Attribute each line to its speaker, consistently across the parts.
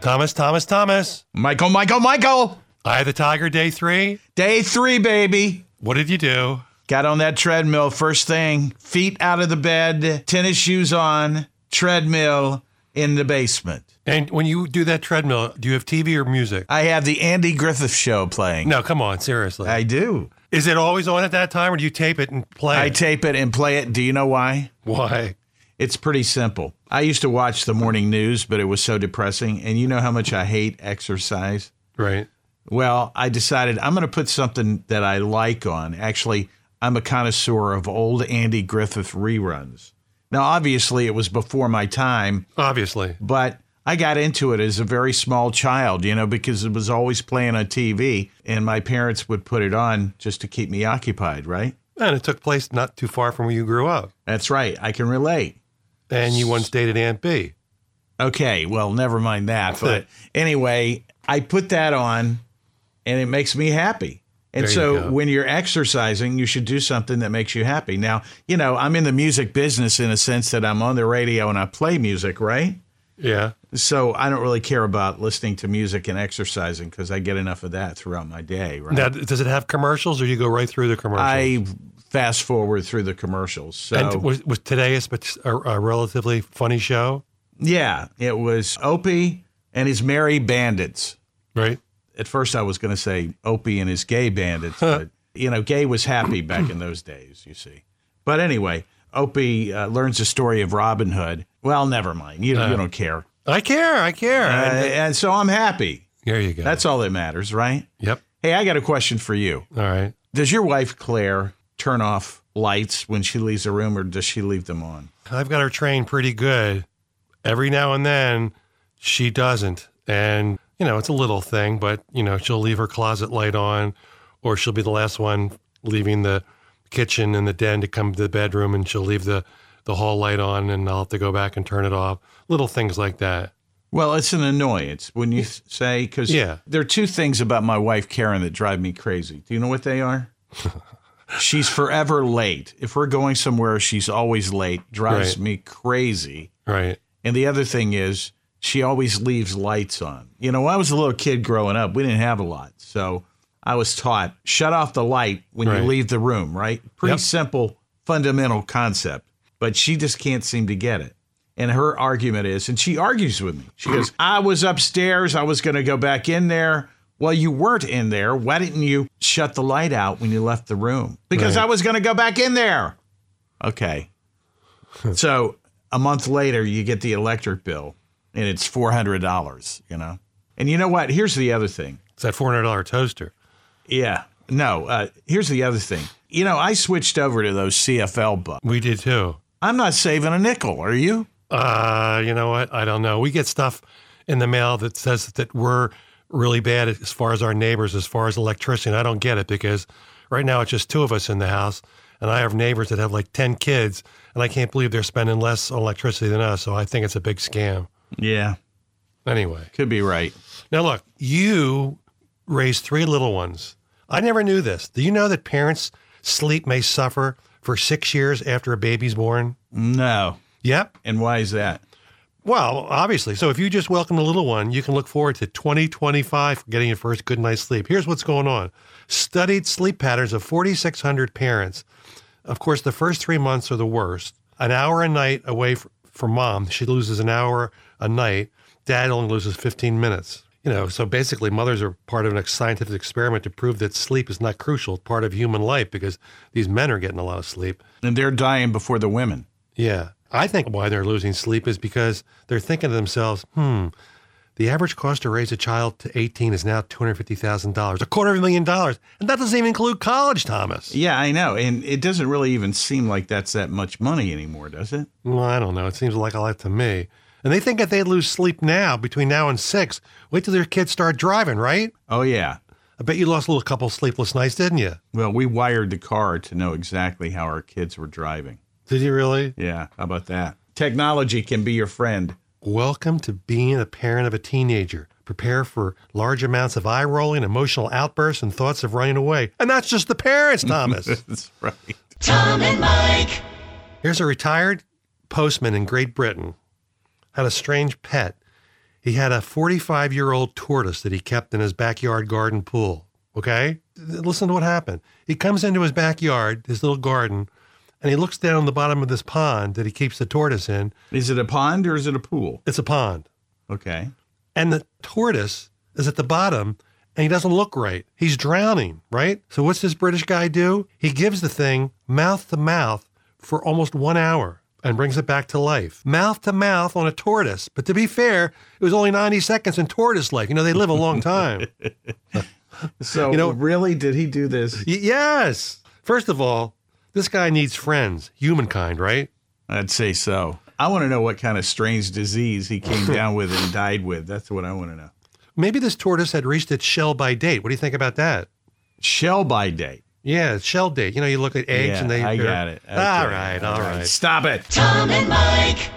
Speaker 1: Thomas, Thomas, Thomas.
Speaker 2: Michael, Michael, Michael.
Speaker 1: Eye of the Tiger, day three.
Speaker 2: Day three, baby.
Speaker 1: What did you do?
Speaker 2: Got on that treadmill first thing, feet out of the bed, tennis shoes on, treadmill in the basement.
Speaker 1: And when you do that treadmill, do you have TV or music?
Speaker 2: I have the Andy Griffith show playing.
Speaker 1: No, come on, seriously.
Speaker 2: I do.
Speaker 1: Is it always on at that time, or do you tape it and play?
Speaker 2: I
Speaker 1: it?
Speaker 2: tape it and play it. Do you know why?
Speaker 1: Why?
Speaker 2: It's pretty simple. I used to watch the morning news, but it was so depressing. And you know how much I hate exercise?
Speaker 1: Right.
Speaker 2: Well, I decided I'm going to put something that I like on. Actually, I'm a connoisseur of old Andy Griffith reruns. Now, obviously, it was before my time,
Speaker 1: Obviously.
Speaker 2: but I got into it as a very small child, you know, because it was always playing on TV and my parents would put it on just to keep me occupied, right?
Speaker 1: And it took place not too far from where you grew up.
Speaker 2: That's right. I can relate.
Speaker 1: And you once dated Aunt B.
Speaker 2: Okay, well, never mind that. But anyway, I put that on and it makes me happy. And
Speaker 1: There you
Speaker 2: so
Speaker 1: go.
Speaker 2: when you're exercising, you should do something that makes you happy. Now, you know, I'm in the music business in a sense that I'm on the radio and I play music, right?
Speaker 1: Yeah.
Speaker 2: So I don't really care about listening to music and exercising because I get enough of that throughout my day, right?
Speaker 1: Now, does it have commercials, or you go right through the commercials?
Speaker 2: I fast forward through the commercials. So
Speaker 1: and was, was today a, spe- a, a relatively funny show?
Speaker 2: yeah, it was Opie and his Merry Bandits.
Speaker 1: Right.
Speaker 2: at first I was going to say Opie and his gay bandits, but you know, gay was happy back in those days, you see. But anyway, Opie uh, learns the story of Robin Hood. Well, never mind. You, you don't care.
Speaker 1: I care. I care.
Speaker 2: Uh,
Speaker 1: And-
Speaker 2: and so I'm happy.
Speaker 1: there you go.
Speaker 2: That's all that matters, right?
Speaker 1: yep.
Speaker 2: Hey, I got a question for you.
Speaker 1: All right.
Speaker 2: Does your wife, Claire, turn off lights when she leaves a room or does she leave them on?
Speaker 1: I've got her trained pretty good. Every now and then, she doesn't. And, you know, it's a little thing, but, you know, she'll leave her closet light on, or she'll be the last one leaving the kitchen and the den to come to the bedroom, and she'll leave the, the hall light on, and I'll have to go back and turn it off. Little things like that.
Speaker 2: Well, it's an annoyance when you s- say, because
Speaker 1: Yeah.
Speaker 2: there are two things about my wife, Karen, that drive me crazy. Do you know what they are? she's forever late. If we're going somewhere, she's always late, drives
Speaker 1: Right.
Speaker 2: me crazy.
Speaker 1: Right.
Speaker 2: And the other thing is, she always leaves lights on. You know, when I was a little kid growing up, we didn't have a lot. So I was taught shut off the light when
Speaker 1: Right.
Speaker 2: you leave the room, right? Pretty
Speaker 1: Yep.
Speaker 2: simple, fundamental concept. But she just can't seem to get it. And her argument is, and she argues with me. She goes, I was upstairs. I was going to go back in there. Well, you weren't in there. Why didn't you shut the light out when you left the room? Because
Speaker 1: Right.
Speaker 2: I was going to go back in there. Okay. So a month later, you get the electric bill, and it's four hundred dollars. You know, and you know what? Here's the other thing.
Speaker 1: It's that $400 toaster.
Speaker 2: Yeah, no. Uh, here's the other thing. You know, I switched over to those CFL bucks.
Speaker 1: We did too.
Speaker 2: I'm not saving a nickel. Are you?
Speaker 1: Uh, you know what? I don't know. We get stuff in the mail that says that we're really bad as far as our neighbors, as far as electricity. And I don't get it because right now it's just two of us in the house, and I have neighbors that have like ten kids, and I can't believe they're spending less on electricity than us. So I think it's a big scam.
Speaker 2: Yeah,
Speaker 1: Anyway,
Speaker 2: could be right.
Speaker 1: now look, you raised three little ones. I never knew this. Do you know that parents' sleep may suffer for six years after a baby's born?
Speaker 2: No.
Speaker 1: Yep.
Speaker 2: And why is that?
Speaker 1: Well, obviously. So if you just welcome a little one, you can look forward to 2025 for getting your first good night's sleep. Here's what's going on. Studied sleep patterns of 4,600 parents. Of course, the first three months are the worst. An hour a night away f- from mom, she loses an hour a night. Dad only loses 15 minutes. You know, so basically, mothers are part of an ex- scientific experiment to prove that sleep is not crucial part of human life because these men are getting a lot of sleep.
Speaker 2: And they're dying before the women.
Speaker 1: Yeah. I think why they're losing sleep is because they're thinking to themselves, hmm, the average cost to raise a child to 18 is now $250,000, a quarter of a million dollars. And that doesn't even include college, Thomas.
Speaker 2: Yeah, I know. And it doesn't really even seem like that's that much money anymore, does it?
Speaker 1: Well, I don't know. It seems like a lot to me. And they think if they lose sleep now, between now and six, wait till their kids start driving, right?
Speaker 2: Oh yeah.
Speaker 1: I bet you lost a little couple sleepless nights, didn't you?
Speaker 2: Well, we wired the car to know exactly how our kids were driving.
Speaker 1: Did you really?
Speaker 2: Yeah, how about that? Technology can be your friend.
Speaker 1: Welcome to being a parent of a teenager. Prepare for large amounts of eye rolling, emotional outbursts, and thoughts of running away. And that's just the parents, Thomas.
Speaker 2: That's right.
Speaker 3: Tom and Mike.
Speaker 1: Here's a retired postman in Great Britain had a strange pet. He had a 45 year old tortoise that he kept in his backyard garden pool. Okay? Listen to what happened. He comes into his backyard, his little garden, and he looks down the bottom of this pond that he keeps the tortoise in.
Speaker 2: Is it a pond or is it a pool?
Speaker 1: It's a pond.
Speaker 2: Okay.
Speaker 1: And the tortoise is at the bottom and he doesn't look right. He's drowning, right? So what's this British guy do? He gives the thing mouth to mouth for almost one hour and brings it back to life. Mouth to mouth on a tortoise. But to be fair, it was only 90 seconds in tortoise life. You know, they live a long time. Y-
Speaker 2: So,
Speaker 1: You know-
Speaker 2: really, did he do this?
Speaker 1: yes. First of all, this guy needs friends, humankind, right?
Speaker 2: I'd say so. I want to know what kind of strange disease he came down with and died with. That's what I want to know.
Speaker 1: Maybe this tortoise had reached its shell by date. What do you think about that?
Speaker 2: Shell by date.
Speaker 1: Yeah, it's shell date. You know, you look at eggs and they.
Speaker 2: I
Speaker 1: they're-
Speaker 2: got it.
Speaker 1: All
Speaker 2: Okay.
Speaker 1: right, all right.
Speaker 2: Stop it.
Speaker 3: Tom and Mike.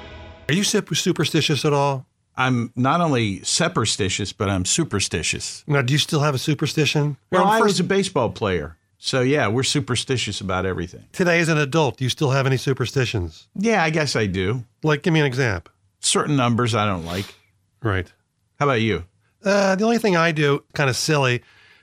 Speaker 1: Are you super superstitious at all?
Speaker 2: I'm not only superstitious, but I'm superstitious.
Speaker 1: Now, do you still have a superstition?
Speaker 2: Well,
Speaker 1: Well,
Speaker 2: I
Speaker 1: first,
Speaker 2: was a baseball player. So, yeah, we're superstitious about everything.
Speaker 1: today as an adult, do you still have any superstitions?
Speaker 2: Yeah, I guess I do.
Speaker 1: Like, give me an example.
Speaker 2: Certain numbers I don't like.
Speaker 1: Right.
Speaker 2: How about you?
Speaker 1: Uh, the only thing I do, kind of silly,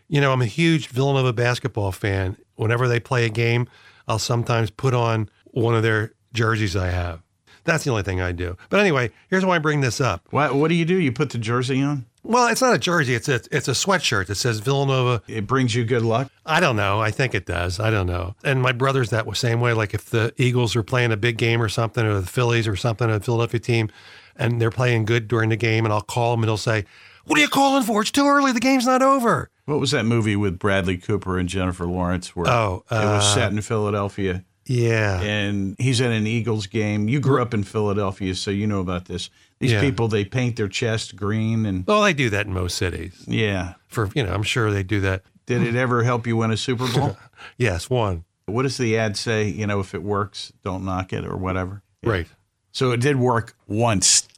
Speaker 1: you know, I'm a huge Villanova basketball fan. Whenever they play a game, I'll sometimes put on one of their jerseys I have. That's the only thing I do. But anyway, here's why I bring this up.
Speaker 2: What, what do you do? You put the jersey on?
Speaker 1: Well, it's not a jersey. It's a it's a sweatshirt that says Villanova
Speaker 2: It brings you good luck.
Speaker 1: I don't know. I think it does. I don't know. And my brother's that same way. Like if the Eagles are playing a big game or something, or the Phillies or something, a Philadelphia team, and they're playing good during the game, and I'll call him and he'll say, "What are you calling for? It's too early. The game's not over."
Speaker 2: What was that movie with Bradley Cooper and Jennifer Lawrence where
Speaker 1: Oh,
Speaker 2: it was
Speaker 1: uh,
Speaker 2: set in Philadelphia
Speaker 1: Yeah.
Speaker 2: and he's at an Eagles game? You grew up in Philadelphia, so you know about this. These
Speaker 1: Yeah.
Speaker 2: people, they paint their chest green and
Speaker 1: Well, they do that in most cities.
Speaker 2: yeah.
Speaker 1: For you know, I'm sure they do that.
Speaker 2: Did it ever help you win a Super Bowl?
Speaker 1: Yes, one.
Speaker 2: what does the ad say? You know, if it works, don't knock it or whatever.
Speaker 1: Right.
Speaker 2: So it did work once.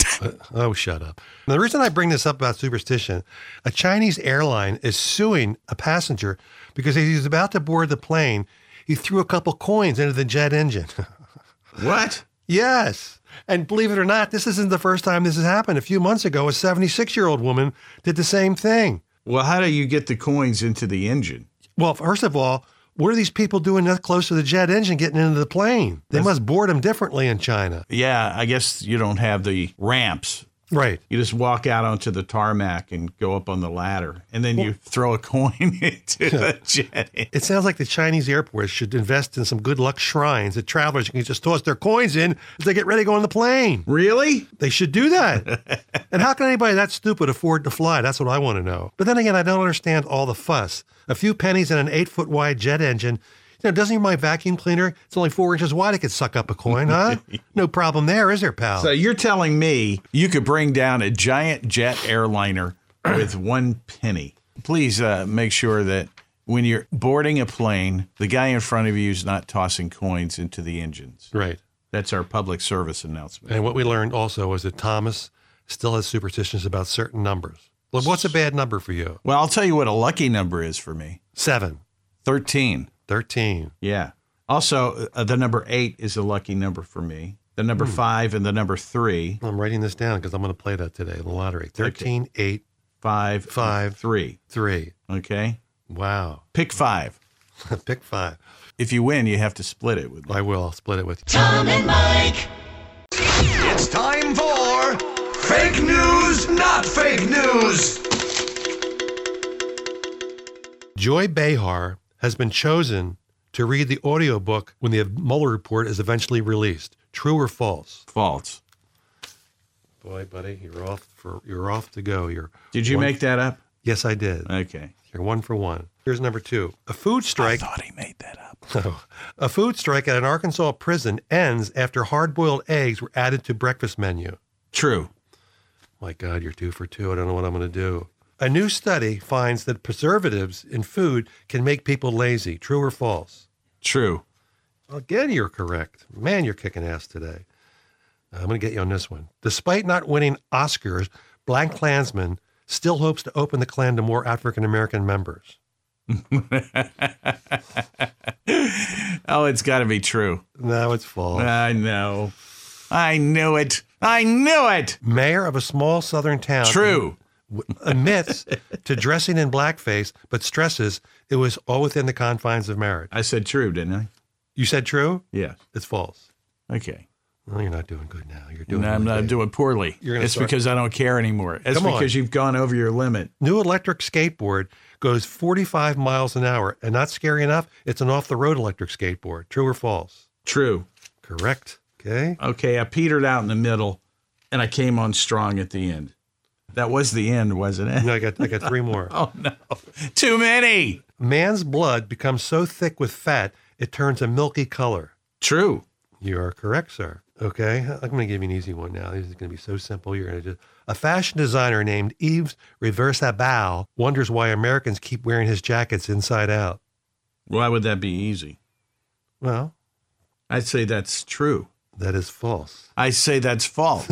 Speaker 1: Oh, shut up. Now, the reason I bring this up about superstition a Chinese airline is suing a passenger because as he was about to board the plane, he threw a couple coins into the jet engine.
Speaker 2: what?
Speaker 1: yes. And believe it or not, this isn't the first time this has happened. A few months ago, a 76 year old woman did the same thing.
Speaker 2: Well, how do you get the coins into the engine?
Speaker 1: Well, first of all, what are these people doing that close to the jet engine getting into the plane? They must board them differently in China.
Speaker 2: Yeah, I guess you don't have the ramps.
Speaker 1: Right.
Speaker 2: You just walk out onto the tarmac and go up on the ladder, and then you throw a coin into the jet. engine.
Speaker 1: It sounds like the Chinese airports should invest in some good luck shrines that travelers can just toss their coins in as they get ready to go on the plane.
Speaker 2: Really?
Speaker 1: They should do that. and how can anybody that stupid afford to fly? That's what I want to know. But then again, I don't understand all the fuss. A few pennies and an eight foot wide jet engine. You know, doesn't even my vacuum cleaner, it's only four inches wide, it could suck up a coin, huh? no problem there, is there, pal?
Speaker 2: So you're telling me you could bring down a giant jet airliner with one penny? Please uh, make sure that when you're boarding a plane, the guy in front of you is not tossing coins into the engines.
Speaker 1: right.
Speaker 2: That's our public service announcement.
Speaker 1: And what we learned also was that Thomas still has superstitions about certain numbers. Well, what's a bad number for you?
Speaker 2: Well, I'll tell you what a lucky number is for me
Speaker 1: Seven,
Speaker 2: 13.
Speaker 1: 13.
Speaker 2: Yeah. Also, uh, the number eight is a lucky number for me. The number
Speaker 1: Hmm.
Speaker 2: five and the number three,
Speaker 1: I'm writing this down because I'm going to play that today in the lottery. 13, 8,
Speaker 2: five,
Speaker 1: Five.
Speaker 2: three.
Speaker 1: 3.
Speaker 2: Okay.
Speaker 1: Wow.
Speaker 2: Pick five.
Speaker 1: Pick five.
Speaker 2: If you win, you have to split it with
Speaker 1: I will. I'll split it with you.
Speaker 3: Tom and Mike.
Speaker 4: It's time for fake news, not fake news.
Speaker 1: Joy Behar has been chosen to read the audiobook when the Mueller report is eventually released. True or false?
Speaker 2: false.
Speaker 1: Boy, buddy, you're off for you're off to go. You're
Speaker 2: Did you make that up?
Speaker 1: Yes, I did.
Speaker 2: Okay.
Speaker 1: You're one for one. Here's number 2. A food strike
Speaker 2: Thought he made that up.
Speaker 1: A food strike at an Arkansas prison ends after hard-boiled eggs were added to breakfast menu.
Speaker 2: True.
Speaker 1: My God, you're two for two. I don't know what I'm going to do. A new study finds that preservatives in food can make people lazy. True or false?
Speaker 2: True.
Speaker 1: Again, you're correct. Man, you're kicking ass today. I'm going to get you on this one. Despite not winning Oscars, Black Klansman still hopes to open the Klan to more African American members.
Speaker 2: Oh, it's got to be true.
Speaker 1: No, it's false.
Speaker 2: I know. I knew it. I knew it.
Speaker 1: mayor of a small southern town.
Speaker 2: True.
Speaker 1: admits to dressing in blackface, but stresses it was all within the confines of marriage.
Speaker 2: I said true, didn't I?
Speaker 1: You said true?
Speaker 2: Yeah.
Speaker 1: It's false.
Speaker 2: Okay.
Speaker 1: Well, you're not doing good now. You're doing.
Speaker 2: And I'm
Speaker 1: really
Speaker 2: not
Speaker 1: bad.
Speaker 2: doing poorly.
Speaker 1: You're gonna
Speaker 2: it's
Speaker 1: start-
Speaker 2: because I don't care anymore. It's
Speaker 1: Come on.
Speaker 2: because you've gone over your limit.
Speaker 1: New electric skateboard goes 45 miles an hour, and not scary enough, it's an off-the-road electric skateboard. True or false?
Speaker 2: True.
Speaker 1: Correct. Okay.
Speaker 2: Okay. I petered out in the middle and I came on strong at the end. That was the end, wasn't it?
Speaker 1: No, I got I got three more.
Speaker 2: Oh, no. Too many.
Speaker 1: Man's blood becomes so thick with fat it turns a milky color.
Speaker 2: True.
Speaker 1: You are correct, sir. Okay, I'm going to give you an easy one now. This is going to be so simple. You're going to just. A fashion designer named Yves Reversabal wonders why Americans keep wearing his jackets inside out.
Speaker 2: Why would that be easy?
Speaker 1: Well,
Speaker 2: I'd say that's true.
Speaker 1: that is false.
Speaker 2: I say that's false.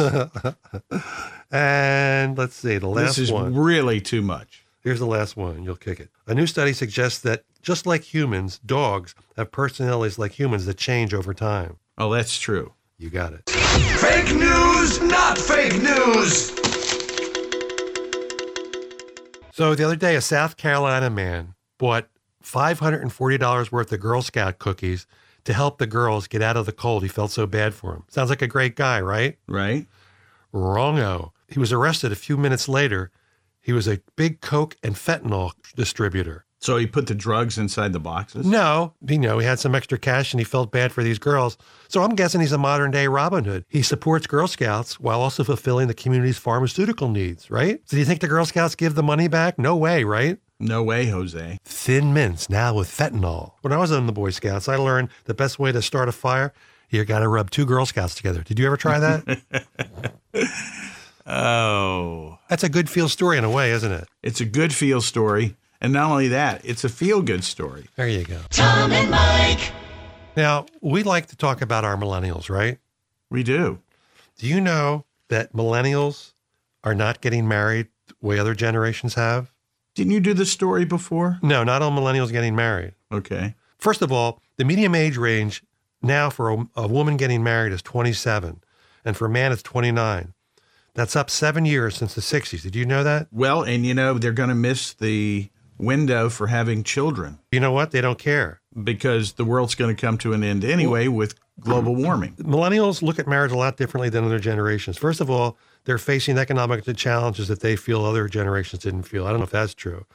Speaker 1: And let's see, the last
Speaker 2: this is
Speaker 1: one.
Speaker 2: really too much.
Speaker 1: Here's the last one. You'll kick it. A new study suggests that just like humans, dogs have personalities like humans that change over time.
Speaker 2: Oh, that's true.
Speaker 1: You got it.
Speaker 4: Fake news, not fake news.
Speaker 1: So the other day, a South Carolina man bought $540 worth of Girl Scout cookies to help the girls get out of the cold. He felt so bad for them. Sounds like a great guy, right?
Speaker 2: Right?
Speaker 1: Wrongo. He was arrested a few minutes later. He was a big coke and fentanyl distributor.
Speaker 2: So he put the drugs inside the boxes?
Speaker 1: No, you know, he had some extra cash and he felt bad for these girls. So I'm guessing he's a modern day Robin Hood. He supports Girl Scouts while also fulfilling the community's pharmaceutical needs, right? So do you think the Girl Scouts give the money back? No way, right?
Speaker 2: No way, Jose.
Speaker 1: Thin mints now with fentanyl. When I was in the Boy Scouts, I learned the best way to start a fire, you got to rub two Girl Scouts together. Did you ever try that?
Speaker 2: Oh.
Speaker 1: That's a good feel story in a way, isn't it?
Speaker 2: It's a good feel story. And not only that, it's a feel good story.
Speaker 1: There you go.
Speaker 3: Tom and Mike.
Speaker 1: Now, we like to talk about our millennials, right?
Speaker 2: We do.
Speaker 1: Do you know that millennials are not getting married the way other generations have?
Speaker 2: Didn't you do the story before?
Speaker 1: No, not all millennials getting married.
Speaker 2: Okay.
Speaker 1: First of all, the medium age range now for a, a woman getting married is 27, and for a man, it's 29. That's up seven years since the 60s. Did you know that?
Speaker 2: Well, and you know, they're going to miss the window for having children
Speaker 1: You know what? They don't care.
Speaker 2: because the world's going to come to an end anyway with global warming.
Speaker 1: Millennials look at marriage a lot differently than other generations. First of all, they're facing economic challenges that they feel other generations didn't feel. I don't know if that's true.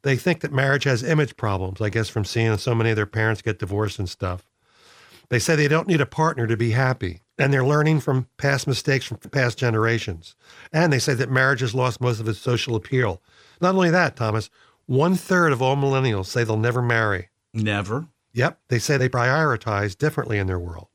Speaker 1: They think that marriage has image problems, I guess, from seeing so many of their parents get divorced and stuff. They say they don't need a partner to be happy, and they're learning from past mistakes from past generations. And they say that marriage has lost most of its social appeal. Not only that, Thomas, one third of all millennials say they'll never marry.
Speaker 2: Never.
Speaker 1: Yep. They say they prioritize differently in their world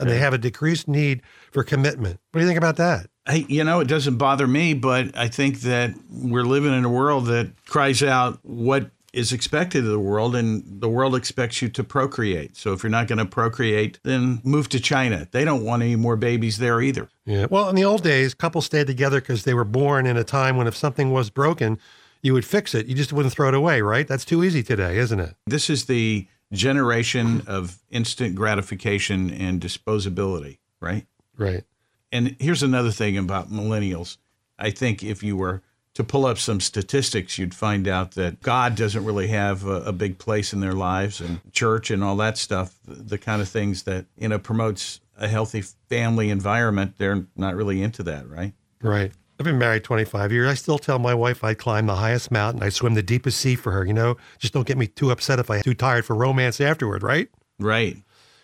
Speaker 1: and they have a decreased need for commitment. What do you think about that?
Speaker 2: Hey, you know, it doesn't bother me, but I think that we're living in a world that cries out what is expected of the world, and the world expects you to procreate. So if you're not going to procreate, then move to China. They don't want any more babies there either.
Speaker 1: Yeah. Well, in the old days, couples stayed together because they were born in a time when if something was broken, you would fix it. You just wouldn't throw it away, right? That's too easy today, isn't it?
Speaker 2: This is the generation of instant gratification and disposability, right?
Speaker 1: Right.
Speaker 2: And here's another thing about millennials. I think if you were to pull up some statistics, you'd find out that God doesn't really have a, a big place in their lives and church and all that stuff, the kind of things that, you know, promotes a healthy family environment. They're not really into that, right?
Speaker 1: Right. I've been married 25 years. I still tell my wife I'd climb the highest mountain, I'd swim the deepest sea for her. You know, just don't get me too upset if I'm too tired for romance afterward, right?
Speaker 2: Right.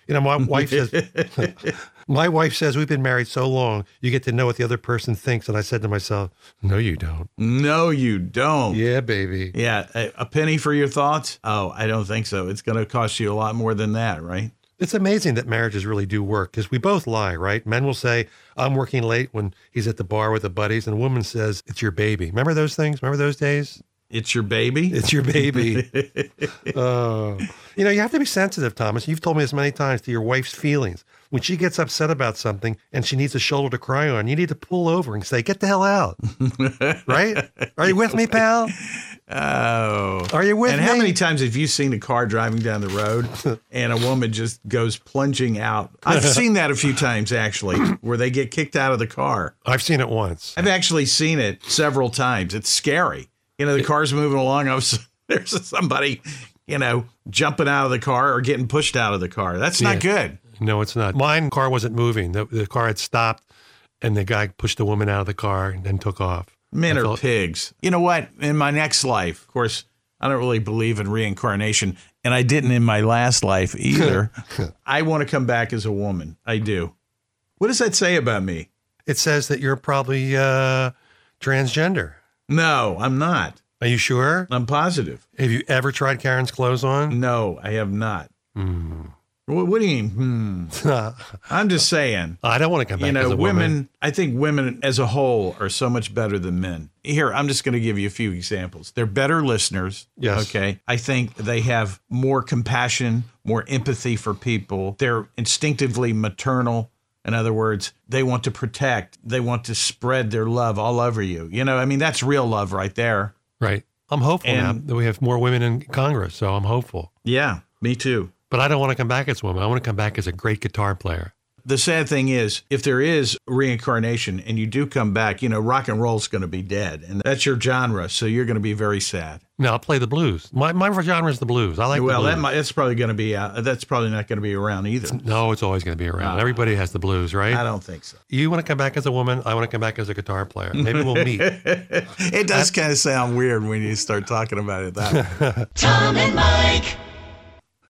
Speaker 1: You know, my wife says, my wife says we've been married so long, you get to know what the other person thinks. And I said to myself, no, you don't.
Speaker 2: No, you don't.
Speaker 1: Yeah, baby.
Speaker 2: Yeah, a, a penny for your thoughts? Oh, I don't think so. It's going to cost you a lot more than that, right?
Speaker 1: It's amazing that marriages really do work because we both lie, right? Men will say, I'm working late when he's at the bar with the buddies, and a woman says, It's your baby. Remember those things? Remember those days?
Speaker 2: It's your baby.
Speaker 1: It's your baby. Oh. you know, you have to be sensitive, Thomas. You've told me this many times to your wife's feelings. When she gets upset about something and she needs a shoulder to cry on, you need to pull over and say, "Get the hell out!" right? Are you with me, pal?
Speaker 2: Oh.
Speaker 1: Are you with
Speaker 2: and
Speaker 1: me?
Speaker 2: how many times have you seen a car driving down the road and a woman just goes plunging out? I've seen that a few times actually, where they get kicked out of the car.
Speaker 1: I've seen it once.
Speaker 2: I've actually seen it several times. It's scary. You know, the car's moving along. I was there's somebody, you know, jumping out of the car or getting pushed out of the car. That's not good.
Speaker 1: No, it's not. Mine car wasn't moving. The, the car had stopped, and the guy pushed the woman out of the car and then took off.
Speaker 2: Men
Speaker 1: I
Speaker 2: are
Speaker 1: felt-
Speaker 2: pigs. You know what? In my next life, of course, I don't really believe in reincarnation, and I didn't in my last life either. I want to come back as a woman. I do. What does that say about me?
Speaker 1: It says that you're probably uh, transgender.
Speaker 2: No, I'm not.
Speaker 1: Are you sure?
Speaker 2: I'm positive.
Speaker 1: Have you ever tried Karen's clothes on?
Speaker 2: No, I have not.
Speaker 1: Hmm.
Speaker 2: What, what do you mean? Hmm. I'm just saying.
Speaker 1: I don't want to come back
Speaker 2: You
Speaker 1: as
Speaker 2: know,
Speaker 1: a
Speaker 2: women,
Speaker 1: woman.
Speaker 2: I think women as a whole are so much better than men. Here, I'm just going to give you a few examples. They're better listeners.
Speaker 1: Yes.
Speaker 2: Okay. I think they have more compassion, more empathy for people. They're instinctively maternal. In other words, they want to protect, they want to spread their love all over you. You know, I mean, that's real love right there.
Speaker 1: Right. I'm hopeful now
Speaker 2: And-
Speaker 1: that we have more women in Congress, so I'm hopeful.
Speaker 2: Yeah. Me too.
Speaker 1: But I don't want to come back as a woman. I want to come back as a great guitar player.
Speaker 2: The sad thing is, if there is reincarnation and you do come back, you know, rock and roll's going to be dead. And that's your genre. So you're going to be very sad.
Speaker 1: No, I'll play the blues. My my genre is the blues. I like the
Speaker 2: well,
Speaker 1: blues.
Speaker 2: that might, that's probably going to be out. That's probably not going to be around either.
Speaker 1: no, it's always going to be around. Everybody has the blues, right?
Speaker 2: Ah. I don't think so.
Speaker 1: You want to come back as a woman. I want to come back as a guitar player. Maybe we'll meet.
Speaker 2: It does kind of sound weird when you start talking about it that way.
Speaker 3: Tom and Mike.